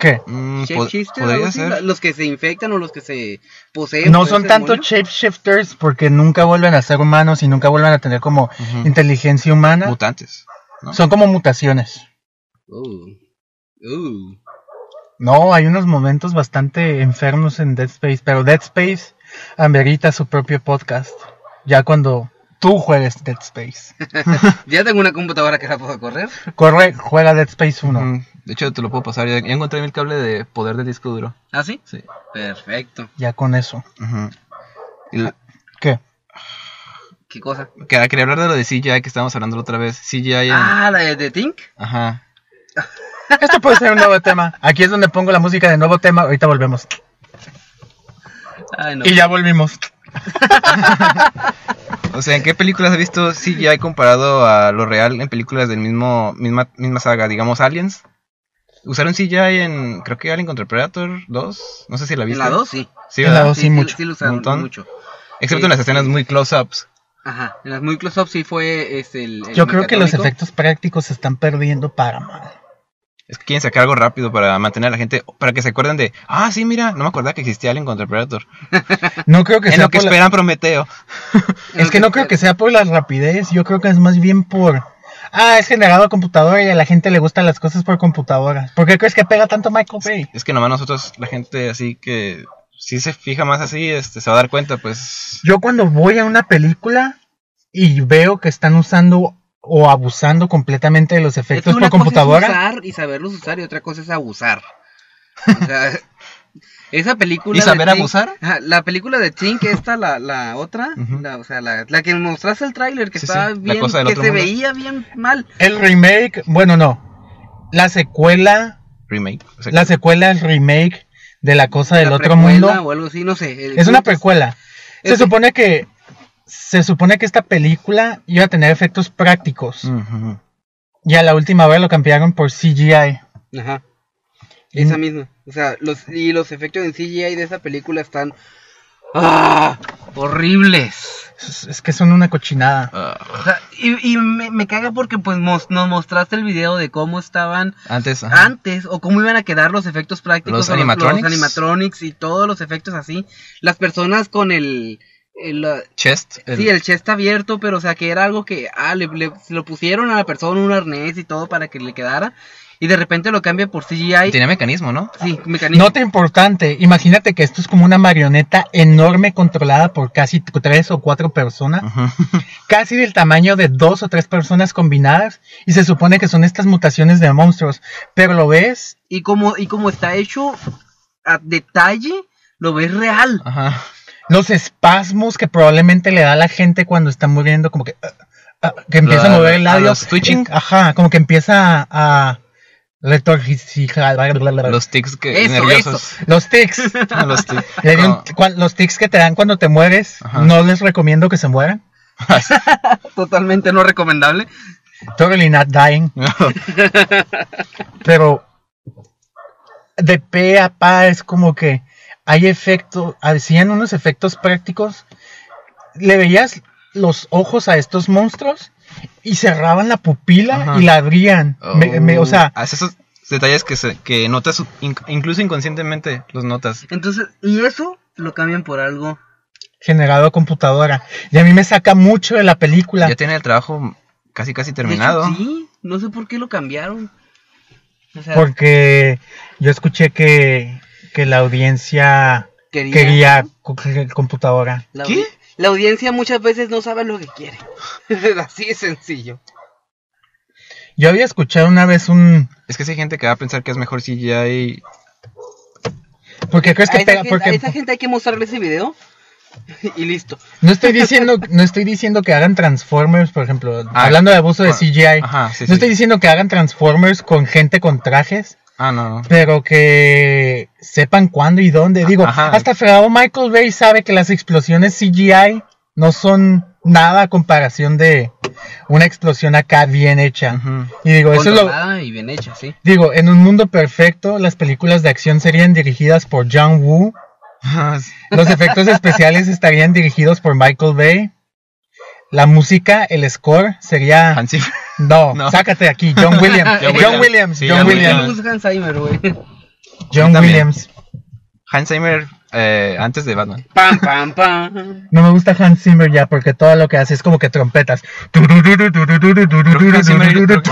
¿Qué?
mm, po-
shapeshifter, algo
podría
así, la-
ser.
los que se infectan o los que se poseen.
No
por
son
ese
tanto
demonio.
shapeshifters porque nunca vuelven a ser humanos y nunca vuelven a tener como
Ujú.
inteligencia humana.
Mutantes. ¿no?
Son como mutaciones.
Oh. Oh.
No, hay unos momentos bastante enfermos en Dead Space, pero Dead Space amerita su propio podcast. Ya cuando tú juegues Dead Space.
Ya tengo una computadora que la puedo correr.
Corre, juega Dead Space 1.
Mm, De hecho, te lo puedo pasar. Ya, ya encontré el cable de poder del disco duro.
¿Ah, sí?
Sí.
Perfecto.
Ya con eso.
Ujú. Y la-
¿Qué?
¿Qué cosa?
que- quería hablar de lo de CGI que estábamos hablando la otra vez. CGI en-
Ah, la de, de Tink.
Ajá.
Esto puede ser un nuevo tema. Aquí es donde pongo la música de nuevo tema. Ahorita volvemos.
Ay, no.
Y ya volvimos.
O sea, ¿en qué películas has visto CGI comparado a lo real en películas del mismo misma, misma saga? Digamos, Aliens. Usaron CGI en, creo que Alien contra Predator 2. No sé si la
En
viste.
la 2, sí.
Sí,
En la
¿verdad?
Ah, dos. sí, mucho.
lo usaron
Montón.
mucho.
Excepto en las
Sí,
escenas
sí.
muy close-ups.
Ajá. En las muy close-up sí fue este, el, el
Yo creo que los
mecatónico.
efectos prácticos se están perdiendo para mal.
Es que quieren sacar algo rápido para mantener a la gente, para que se acuerden de, ah, sí, mira, no me acordaba que existía Alien contra Predator.
No creo que
en
sea
lo que
por la-
esperan Prometeo.
Es que no creo que sea por la rapidez. Yo creo que es más bien por. Ah, es generado a computadora y a la gente le gustan las cosas por computadora. ¿Por qué crees que pega tanto Michael Bay?
Es que nomás nosotros, la gente así que, si se fija más así, este, se va a dar cuenta, pues,
Yo cuando voy a una película y veo que están usando o abusando completamente de los
Es que
efectos
una
por
cosa es
computadora.
usar y saberlos usar y otra cosa es abusar. O sea, esa película.
¿Y
de
saber
Tink-
abusar?
Ajá, La película de Tink, esta, la, la otra,
Ujú.
la, o sea, la, la que mostraste el tráiler, que
Sí,
estaba
sí, la
bien, que
cosa
se
del otro mundo.
veía bien mal.
El remake, bueno, no. La secuela,
remake. o sea,
la secuela, el remake de La Cosa del
La
Otro
precuela
Mundo.
O algo así, no sé. el
Es una
punto
precuela. Se
Es que-
supone que. Se supone que esta película iba a tener efectos prácticos.
Mm.
ujú.
Y a la última vez lo cambiaron por CGI.
Ajá.
Y-
Mm.
Esa misma. O sea, los, y los efectos en CGI de esa película están. ¡Ah! Horribles.
Es es que son una cochinada.
Ah,
O sea, y y me, me caga porque pues mos- nos mostraste el video de cómo estaban
antes, ajá.
antes o cómo iban a quedar los efectos prácticos.
Los
o
animatronics.
los animatronics y todos los efectos así. Las personas con el... el, uh,
chest. el-
Sí, el chest abierto, pero o sea que era algo que ah, le, le- se lo pusieron a la persona un arnés y todo para que le quedara. Y de repente lo cambia por CGI.
Tenía mecanismo, ¿no?
Sí, mecanismo.
Nota importante, imagínate que esto es como una marioneta enorme controlada por casi t- tres o cuatro personas,
Ah.
Ujú.
casi del tamaño de dos o tres personas combinadas, y se supone que son estas mutaciones de monstruos, pero lo ves,
y como y como está hecho a detalle lo ves real
Ajá.
los espasmos que probablemente le da a la gente cuando está muriendo, como que, ah, ah, que empieza
La-
a mover el
a
labio,
los twitching.
ajá, como que empieza a... a retorcijar,
Los tics que,
Eso,
nerviosos.
los tics.
Los tics.
Le di un-
No.
cuan- los tics que te dan cuando te mueres,
Ah. Ajá.
no les recomiendo que se mueran.
totalmente no recomendable
Totally not dying. Pero de pe a pa es como que hay efecto, hacían unos efectos prácticos. Le veías los ojos a estos monstruos y cerraban la pupila
Ajá. Oh.
y la abrían. Me- me- o sea,
uh, Hace esos detalles que, se, que notas, inc- incluso inconscientemente los notas.
entonces y eso lo cambian por algo
generado a computadora. Y a mí me saca mucho de la película.
Ya tiene el trabajo casi casi
De hecho,
terminado.
sí no sé por qué lo cambiaron o sea,
Porque yo escuché que, que la audiencia
quería-
quería co- que- computadora.
la,
¿Qué?
audi- la audiencia muchas veces no sabe lo que quiere así de sencillo
Yo había escuchado una vez un...
Es que sí hay gente que va a pensar que es mejor CGI.
¿Por qué crees
a,
que
esa
pega?
gente,
Porque
a esa gente hay que mostrarle ese video y listo
no estoy diciendo no estoy diciendo que hagan Transformers, por ejemplo,
Ah,
hablando de abuso de
ah,
CGI.
Ajá, sí,
no
sí.
estoy diciendo que hagan Transformers con gente con trajes,
Ah, no. no.
pero que sepan cuándo y dónde. Digo,
Ajá.
hasta fregado Michael Bay sabe que las explosiones CGI no son nada a comparación de una explosión acá bien hecha.
Ujú.
Y digo, eso es lo,
controlada y bien hecha sí
Digo, en un mundo perfecto, las películas de acción serían dirigidas por John Woo,
Ah, sí.
los efectos especiales estarían dirigidos por Michael Bay, la música, el score sería...
Hans Zimmer.
No,
No.
sácate de aquí, John Williams.
John
John
Williams.
Williams,
Sí,
John
John
me
Williams.
gusta Hans Zimmer, güey
John
También.
Williams.
Hans Zimmer eh, antes de Batman.
pam pam pam
No me gusta Hans Zimmer ya porque todo lo que hace es como que trompetas.
Creo que Hans Zimmer, creo,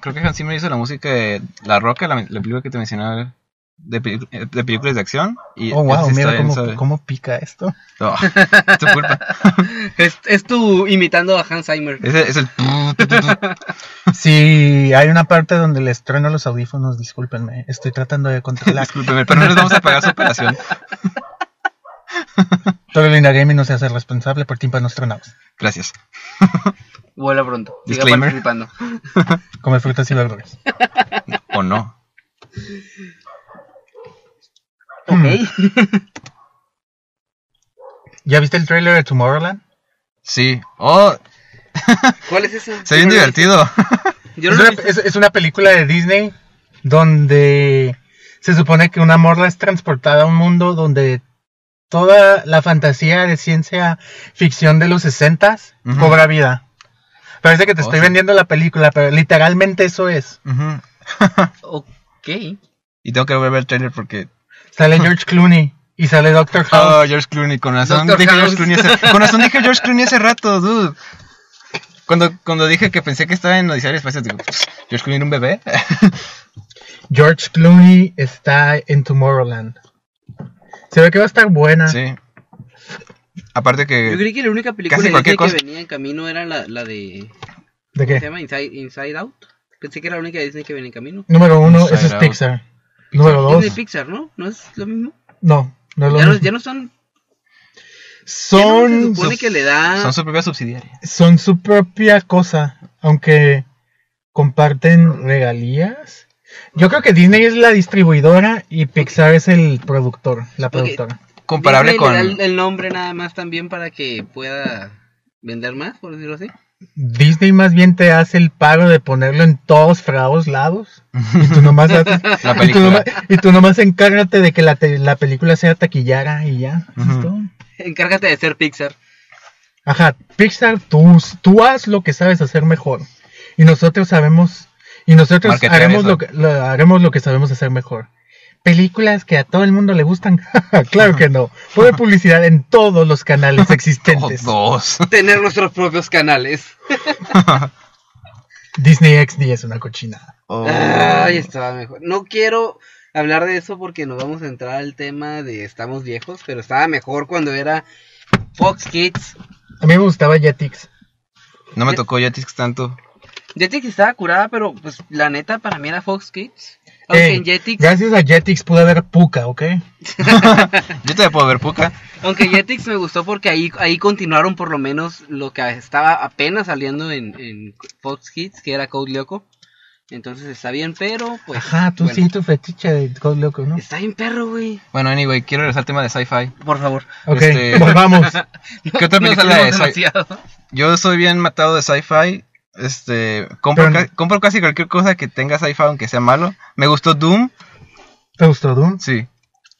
creo que Hans Zimmer hizo la música de La Roca, la, la película que te mencionaba de, pelicu- eh, de películas de acción. Y
Oh, wow,
esa sí está
mira
bien
cómo,
suave.
cómo pica esto.
No, es tu culpa.
Es, es tu imitando a Hans Zimmer.
Ese es el.
Sí, hay una parte donde les trueno los audífonos, discúlpenme. Estoy tratando de controlar.
Discúlpeme, pero no les vamos a pagar su operación.
Todo Linda Gaming no se hace responsable por tímpanos tronados.
Gracias.
Vuela pronto. Siga
Disclaimer.
participando.
Come frutas y verduras.
O no.
Ok.
¿Ya viste el trailer de Tomorrowland?
Sí. Oh,
¿Cuál es ese?
se ve bien
Yo no lo-
divertido.
Yo
es,
no lo he
una,
visto.
es- es una película de Disney donde se supone que una morla es transportada a un mundo donde toda la fantasía de ciencia ficción de los 60
Ujú.
cobra vida. Parece que te
Oh,
estoy
sí.
vendiendo la película, pero literalmente eso es.
Ujú.
Ok.
Y tengo que volver a ver el trailer porque.
Sale George Clooney y sale Doctor House.
Ah.
Oh, George Clooney, con razón.
Doctor
Dije George
House.
Clooney hace... Con razón dije George Clooney hace rato, dude. Cuando, cuando dije que pensé que estaba en Odisea del Espacio, digo, George Clooney era un bebé.
George Clooney está en Tomorrowland. Se ve que va a estar buena.
sí. Aparte
Yo
que.
creí que la única película
Casi
de
cualquier
Disney que
cosa.
venía en camino era la, la de.
¿De
¿Cómo se
qué?
llama? Inside, Inside Out. Pensé que era la única de Disney que venía en camino.
Número uno,
Inside
eso es
Out.
Pixar. Número dos,
Es de Pixar, ¿no? ¿No es lo mismo?
no, no es lo
Ya no,
mismo.
ya no son. ya no
Son,
se supone que le da.
Son su propia subsidiaria.
son su propia cosa, aunque comparten regalías. Yo creo que Disney es la distribuidora y Pixar es el productor, la productora.
Comparable
Disney
con.
Le da el- el nombre nada más también para que pueda vender más, por decirlo así.
Disney más bien te hace el pago de ponerlo en todos frados lados. Y tú nomás haces-
La
y, tú
película.
nomás, y tú nomás encárgate de que la, te- la película sea taquillara y ya. eso es
Ujú.
todo.
Encárgate de ser Pixar.
Ajá, Pixar, tú, tú haz lo que sabes hacer mejor. Y nosotros sabemos, y nosotros
Marketear
haremos
eso.
lo, que, lo- haremos lo que sabemos hacer mejor. Películas que a todo el mundo le gustan. claro que no. Pone publicidad en todos los canales
Oh,
existentes.
dos.
Tener nuestros propios canales.
Disney XD es una cochinada.
Oh.
Ay, estaba mejor. No quiero hablar de eso porque nos vamos a entrar al tema de estamos viejos, pero estaba mejor cuando era Fox Kids.
A mí me gustaba Jetix.
No me tocó Jetix tanto.
Jetix estaba curada, pero pues la neta para mí era Fox Kids. Aunque
Eh,
en Jetix,
Gracias a Jetix pude ver Puka, ¿ok?
Yo te puedo ver Puka.
aunque Jetix me gustó porque ahí, ahí continuaron por lo menos lo que estaba apenas saliendo en, en Fox Kids, que era Code Lyoko. Entonces está bien, pero pues.
Ajá, tú
bueno.
sí, tu fetiche de Code Loco, ¿no?
Está bien, perro, güey.
Bueno, anyway, quiero regresar al tema de sci-fi.
Por favor.
Ok,
este-
volvamos.
¿Qué otra
Nos
película
salimos
es?
demasiado.
Yo soy bien matado de sci-fi. Este, compro,
Pero-
ca- compro casi cualquier cosa que tenga sci-fi, aunque sea malo. Me gustó Doom.
¿Te gustó Doom?
Sí,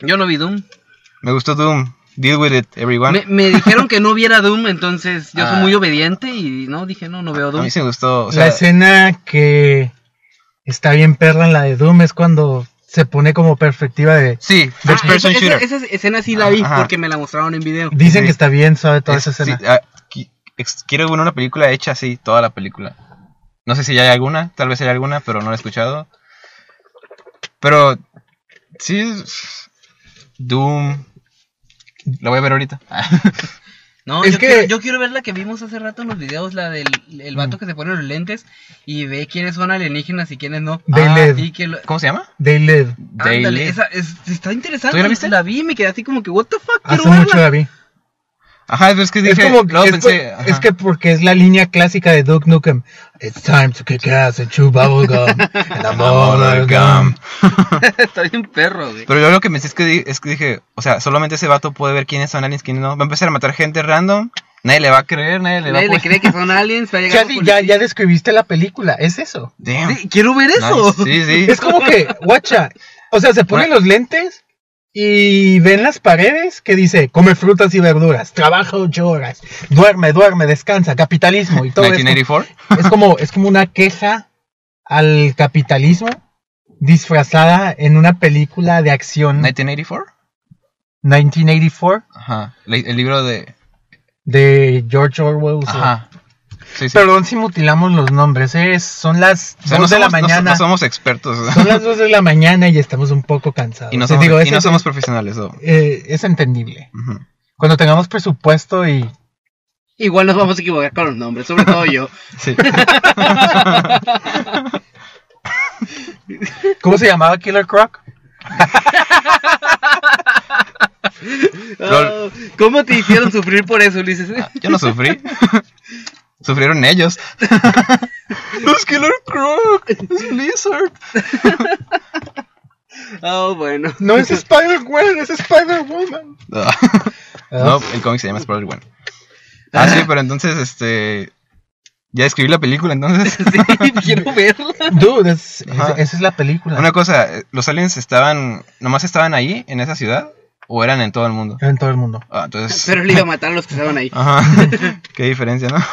Yo no vi Doom.
me gustó Doom. Deal with it, everyone.
Me, me dijeron que no viera Doom, entonces yo soy
Ah.
muy obediente y no, dije no, no veo
A
Doom.
mí sí me gustó. O
la
sea,
escena que está bien perra en la de Doom es cuando se pone como perspectiva de...
sí,
Ah,
first person
esa,
shooter.
esa- esa escena sí la vi
Ajá.
porque me la mostraron en video.
Dicen
Sí.
que está bien suave toda esa
Es- sí,
escena.
ah, qui- ex- quiero una película hecha así, toda la película. No sé si ya hay alguna, tal vez hay alguna, pero no la he escuchado. Pero sí, es- Doom. La voy a ver ahorita.
No,
Es
yo,
que-
quiero, yo quiero ver la que vimos hace rato en los videos, la del el
Mm.
vato que se pone los lentes y ve quiénes son alienígenas y quiénes no. Ah,
They live.
y que lo-
¿Cómo se llama?
They Live.
Ándale,
Daily.
esa es- está interesante.
¿Tú ya la viste?
La vi y me quedé así como que, what the fuck, quiero
Hace mucho
verla.
la vi.
Ajá, pero es que
Es
dije,
como...
luego
es,
pensé,
por-
ajá.
es que porque es la línea clásica de Duke Nukem. It's time to kick ass and chew bubblegum. And I'm all out of gum.
está bien perro, güey.
Pero yo lo que pensé es que, di- es que dije, o sea, solamente ese vato puede ver quiénes son aliens, quiénes no. Va a empezar a matar gente random, nadie le va a creer, nadie le va
Nadie
a...
le cree que son aliens. va a llegar
Ya,
la
di- ya,
policía.
ya describiste la película, es eso.
Damn.
Sí, quiero ver eso.
Nice, Sí,
Es
sí.
como que, guacha, o sea, se ponen los lentes y ven las paredes que dice, come frutas y verduras, trabaja ocho horas, duerme, duerme, descansa, capitalismo y todo esto.
1984.
Es como, es como una queja al capitalismo disfrazada en una película de acción
1984.
1984
Ajá. Le- El libro de...
de George Orwell. o sea,
Ajá. Sí, sí.
Perdón si mutilamos los nombres, ¿eh? son las
O sea,
2
no
de la
somos- no so-
mañana.
No, somos expertos.
Son las 2 de la mañana y estamos un poco cansados.
Y no
Te
somos,
digo, este
y
es
no
enten-
somos profesionales. ¿no?
eh, es entendible.
Ujú.
Cuando tengamos presupuesto y
Igual nos vamos a equivocar con los nombres, sobre todo yo.
Sí.
¿Cómo se llamaba Killer Croc?
Ah, ¿Cómo te hicieron sufrir por eso, Ulises?
Yo no sufrí. Sufrieron ellos. es Killer Croc. Es Lizard.
Ah, bueno.
No es Spider-Man, es Spider-Woman.
No, No, el cómic se llama Spider-Man. Ah, sí, pero entonces, este. Ya escribí la película, entonces.
Sí, quiero verla.
Dude, es- es-
Ajá.
esa es la película.
Una cosa, ¿los aliens estaban. nomás estaban ahí, en esa ciudad? ¿O eran en todo el mundo?
En todo el mundo.
Ah, entonces.
Pero él iba a matar a los que estaban ahí.
Ajá. Qué diferencia, ¿no?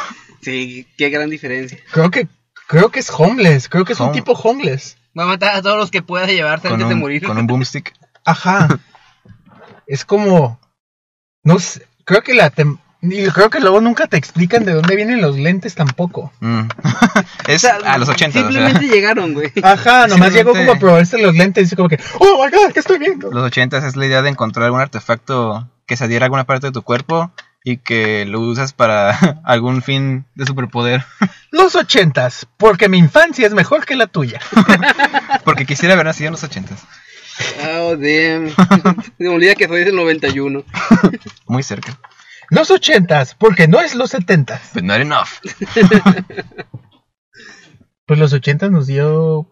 Sí, qué gran diferencia.
Creo que, creo que es homeless. Creo que es un
Hom-
tipo homeless.
Va a matar a todos los que pueda llevarse
Con
antes de
un,
morir.
con un boomstick.
Ajá. es como. No sé. Creo que la. tem- y creo que luego nunca te explican de dónde vienen los lentes tampoco.
Mm. es
O sea,
a los 80. o sea,
Simplemente llegaron, güey.
Ajá, nomás
Simplemente-
llegó como a probarse los lentes y dice como que, oh my god, ¿qué estoy viendo?
los 80 es la idea de encontrar algún artefacto que se adhiera a alguna parte de tu cuerpo y que lo usas para algún fin de superpoder.
Los ochentas, porque mi infancia es mejor que la tuya.
Porque quisiera haber nacido en los 80.
Oh, damn. Se me olvida que soy del 91.
Muy cerca.
Los ochentas, porque no es los setentas.
But not enough.
Pues los ochentas nos dio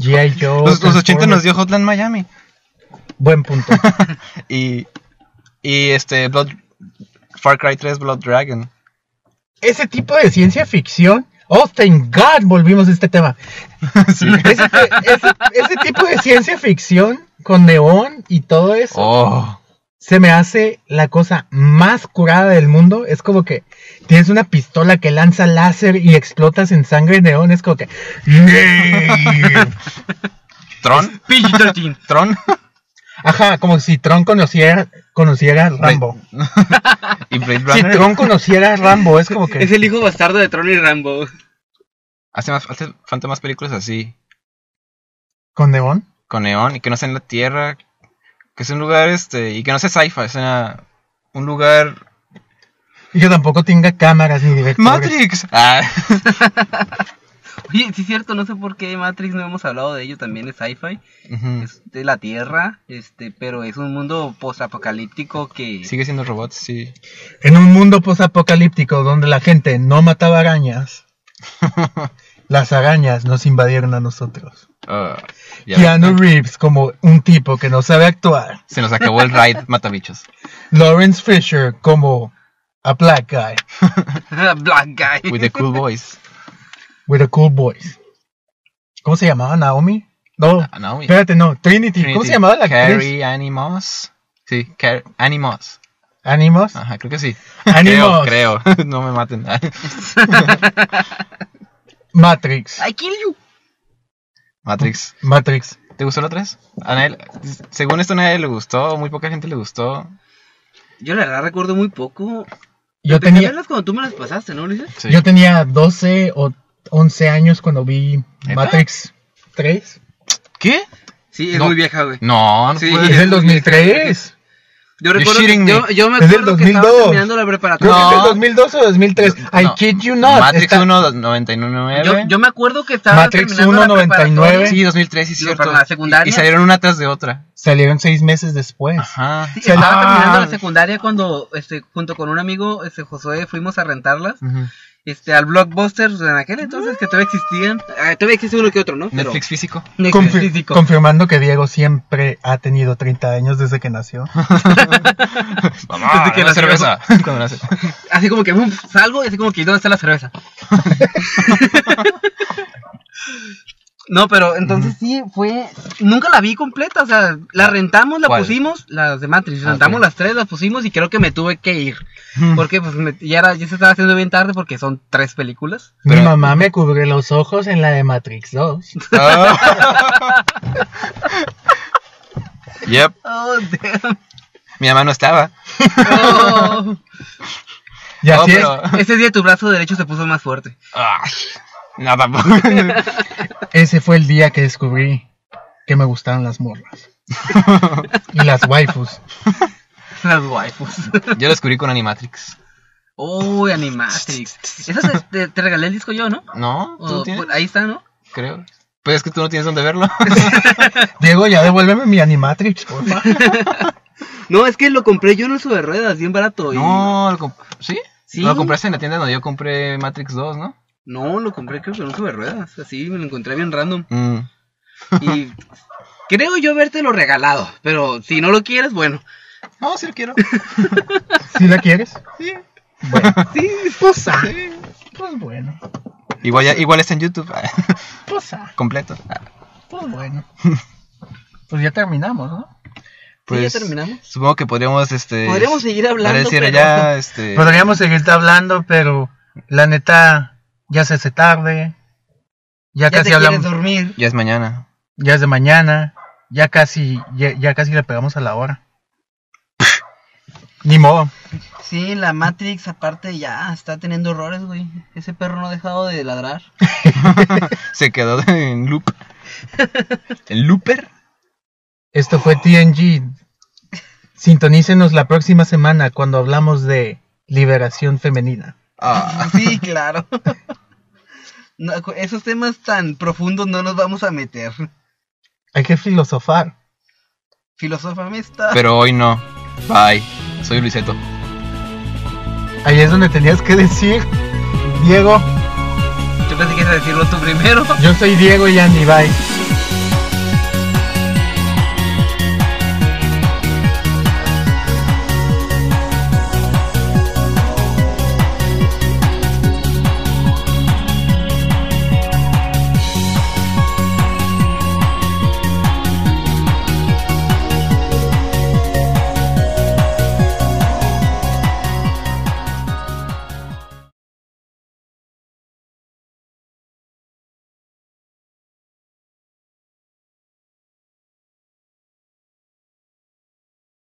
G.I. Joe.
Los, los 80
Transformers.
nos dio Hotline Miami.
Buen punto.
Y, y este Blood, Far Cry 3 Blood Dragon.
Ese tipo de ciencia ficción. Oh, thank God, volvimos a este tema.
Sí.
Ese, ese- ese tipo de ciencia ficción con neón y todo eso.
Oh.
se me hace la cosa más curada del mundo. Es como que tienes una pistola que lanza láser y explotas en sangre neón. Es como que. "Yeah".
Tron.
PG-13.
Tron.
Ajá, como si Tron conociera, conociera a Rambo.
Y Blade
Si
Runner.
Tron conociera a Rambo, es como que.
Es el hijo bastardo de Tron y Rambo.
Hace, más, hace falta más películas así.
¿Con neón?
con neón y que no sea en la Tierra, que sea un lugar este y que no sea sci-fi, o sea, un lugar
Y que tampoco tenga cámaras ni directores.
Matrix. Ah,
Oye, sí es cierto, no sé por qué Matrix no hemos hablado de ello, también es sci-fi.
ujú.
Es de la Tierra, este, pero es un mundo postapocalíptico que...
Sigue siendo robots, sí.
En un mundo posapocalíptico donde la gente no mataba arañas, las arañas nos invadieron a nosotros.
Ah, ya
Keanu
ves,
Reeves, como un tipo que no sabe actuar,
Se nos acabó el ride, matabichos.
Lawrence Fisher como a black guy
Black guy.
With the cool boys.
with a cool voice. ¿Cómo se llamaba Naomi? No,
Ah, Naomi.
espérate, no, Trinity. ¿Cómo
Trinity,
se llamaba la actriz?
Carrie Animos. Sí, Car Animos.
Animos.
Ajá, creo que sí.
Animos.
Creo, creo. no me maten.
Matrix.
I kill you.
Matrix.
Matrix.
¿Te gustó la 3? A nadie- según esto, a nadie le gustó. Muy poca gente le gustó.
Yo la verdad recuerdo muy poco.
Yo
Empecé a
tenía,
verlas cuando tú me las pasaste, ¿no, Ulises?
Sí.
yo tenía 12 o 11 años cuando vi
¿Neta?
Matrix 3.
¿Qué?
Sí, es
No.
muy vieja, güey.
No, no
Sí.
puede
Es del 2003.
Yo
You're
recuerdo que,
shitting me.
yo, yo me
Es del
acuerdo que estaba
2002.
terminando la
Creo que
preparatoria.
es
No.
del 2002 o 2003. Pues, I
No.
kid you not.
Matrix
Está-
1, 99.
Yo, yo me acuerdo que estaba
Matrix
terminando
1,
la
99.
preparatoria.
Sí, 2003, sí,
Digo,
cierto.
para la secundaria.
Y salieron una tras de otra.
Salieron seis meses después.
Ajá.
Sí,
Ah.
estaba terminando la secundaria cuando este junto con un amigo este Josué fuimos a rentarlas este al blockbuster o sea, en aquel entonces que todavía existían ah, todavía existe uno que otro no Pero-
Netflix físico.
Netflix
Confi-
físico.
confirmando que Diego siempre ha tenido 30 años desde que nació.
Mamá,
Desde que
dame
nació.
cerveza. Cuando nace.
así como que bum, salgo y así como que dónde está la cerveza no pero entonces sí fue nunca la vi completa o sea la rentamos la
¿Cuál?
pusimos las de Matrix
Ah,
rentamos
ok.
las tres las pusimos y creo que me tuve que ir porque pues me- ya era ya se estaba haciendo bien tarde porque son tres películas
Mi
Pero-
mamá me cubrió los ojos en la de Matrix 2.
Ah. yep.
oh damn
Mi mamá no estaba.
Y
No,
así es.
pero-
Ese día tu brazo derecho se puso más fuerte.
Ay, no, tampoco.
Ese fue el día que descubrí que me gustaron las morras. y las waifus.
Las waifus.
Yo lo descubrí con Animatrix.
Uy, Animatrix. Eso te, te- te regalé el disco yo, ¿no?
¿No? ¿Tú
O- pues,
tienes?
ahí está, ¿no?
Creo. Pues es que tú no tienes dónde verlo.
Diego, ya devuélveme mi Animatrix, porfa.
No, es que lo compré yo en el sobre ruedas, bien barato. y-
no, lo comp- ¿Sí?
Sí.
Lo compraste en la tienda donde yo compré Matrix 2, ¿no?
No, lo compré creo que en un sobre ruedas. Así me lo encontré bien random.
Mm.
Y creo yo haberte lo regalado. Pero si no lo quieres, bueno.
No, sí lo quiero.
¿Sí la quieres?
Sí.
Bueno,
Sí,
pues, ah, pues bueno,
Igual, ya- igual está en YouTube.
pues, ah,
Completo.
pues bueno. Pues ya terminamos, ¿no?
Pues,
terminamos?
Supongo que podríamos, este...
Podríamos seguir
dar
hablando.
el cierre
pero-
ya, este...
Podríamos seguirte hablando, pero la neta ya se hace tarde. Ya,
Ya te
casi
quieres
hablamos.
dormir.
Ya es mañana.
Ya es de mañana. Ya casi, ya, ya casi le pegamos a la hora. Ni modo.
Sí, la Matrix aparte ya está teniendo errores, güey. Ese perro no ha dejado de ladrar.
Se quedó en loop. ¿En looper?
Esto fue TNG. Sintonícenos la próxima semana cuando hablamos de liberación femenina.
Ah.
Sí, claro. No, cu- esos temas tan profundos no nos vamos a meter.
Hay que filosofar.
Filosófame esta.
Pero hoy no. Bye. Soy Luiseto.
Ahí es donde tenías que decir, Diego,
Yo pensé que ibas a decirlo tú primero.
yo soy Diego y Andy, bye.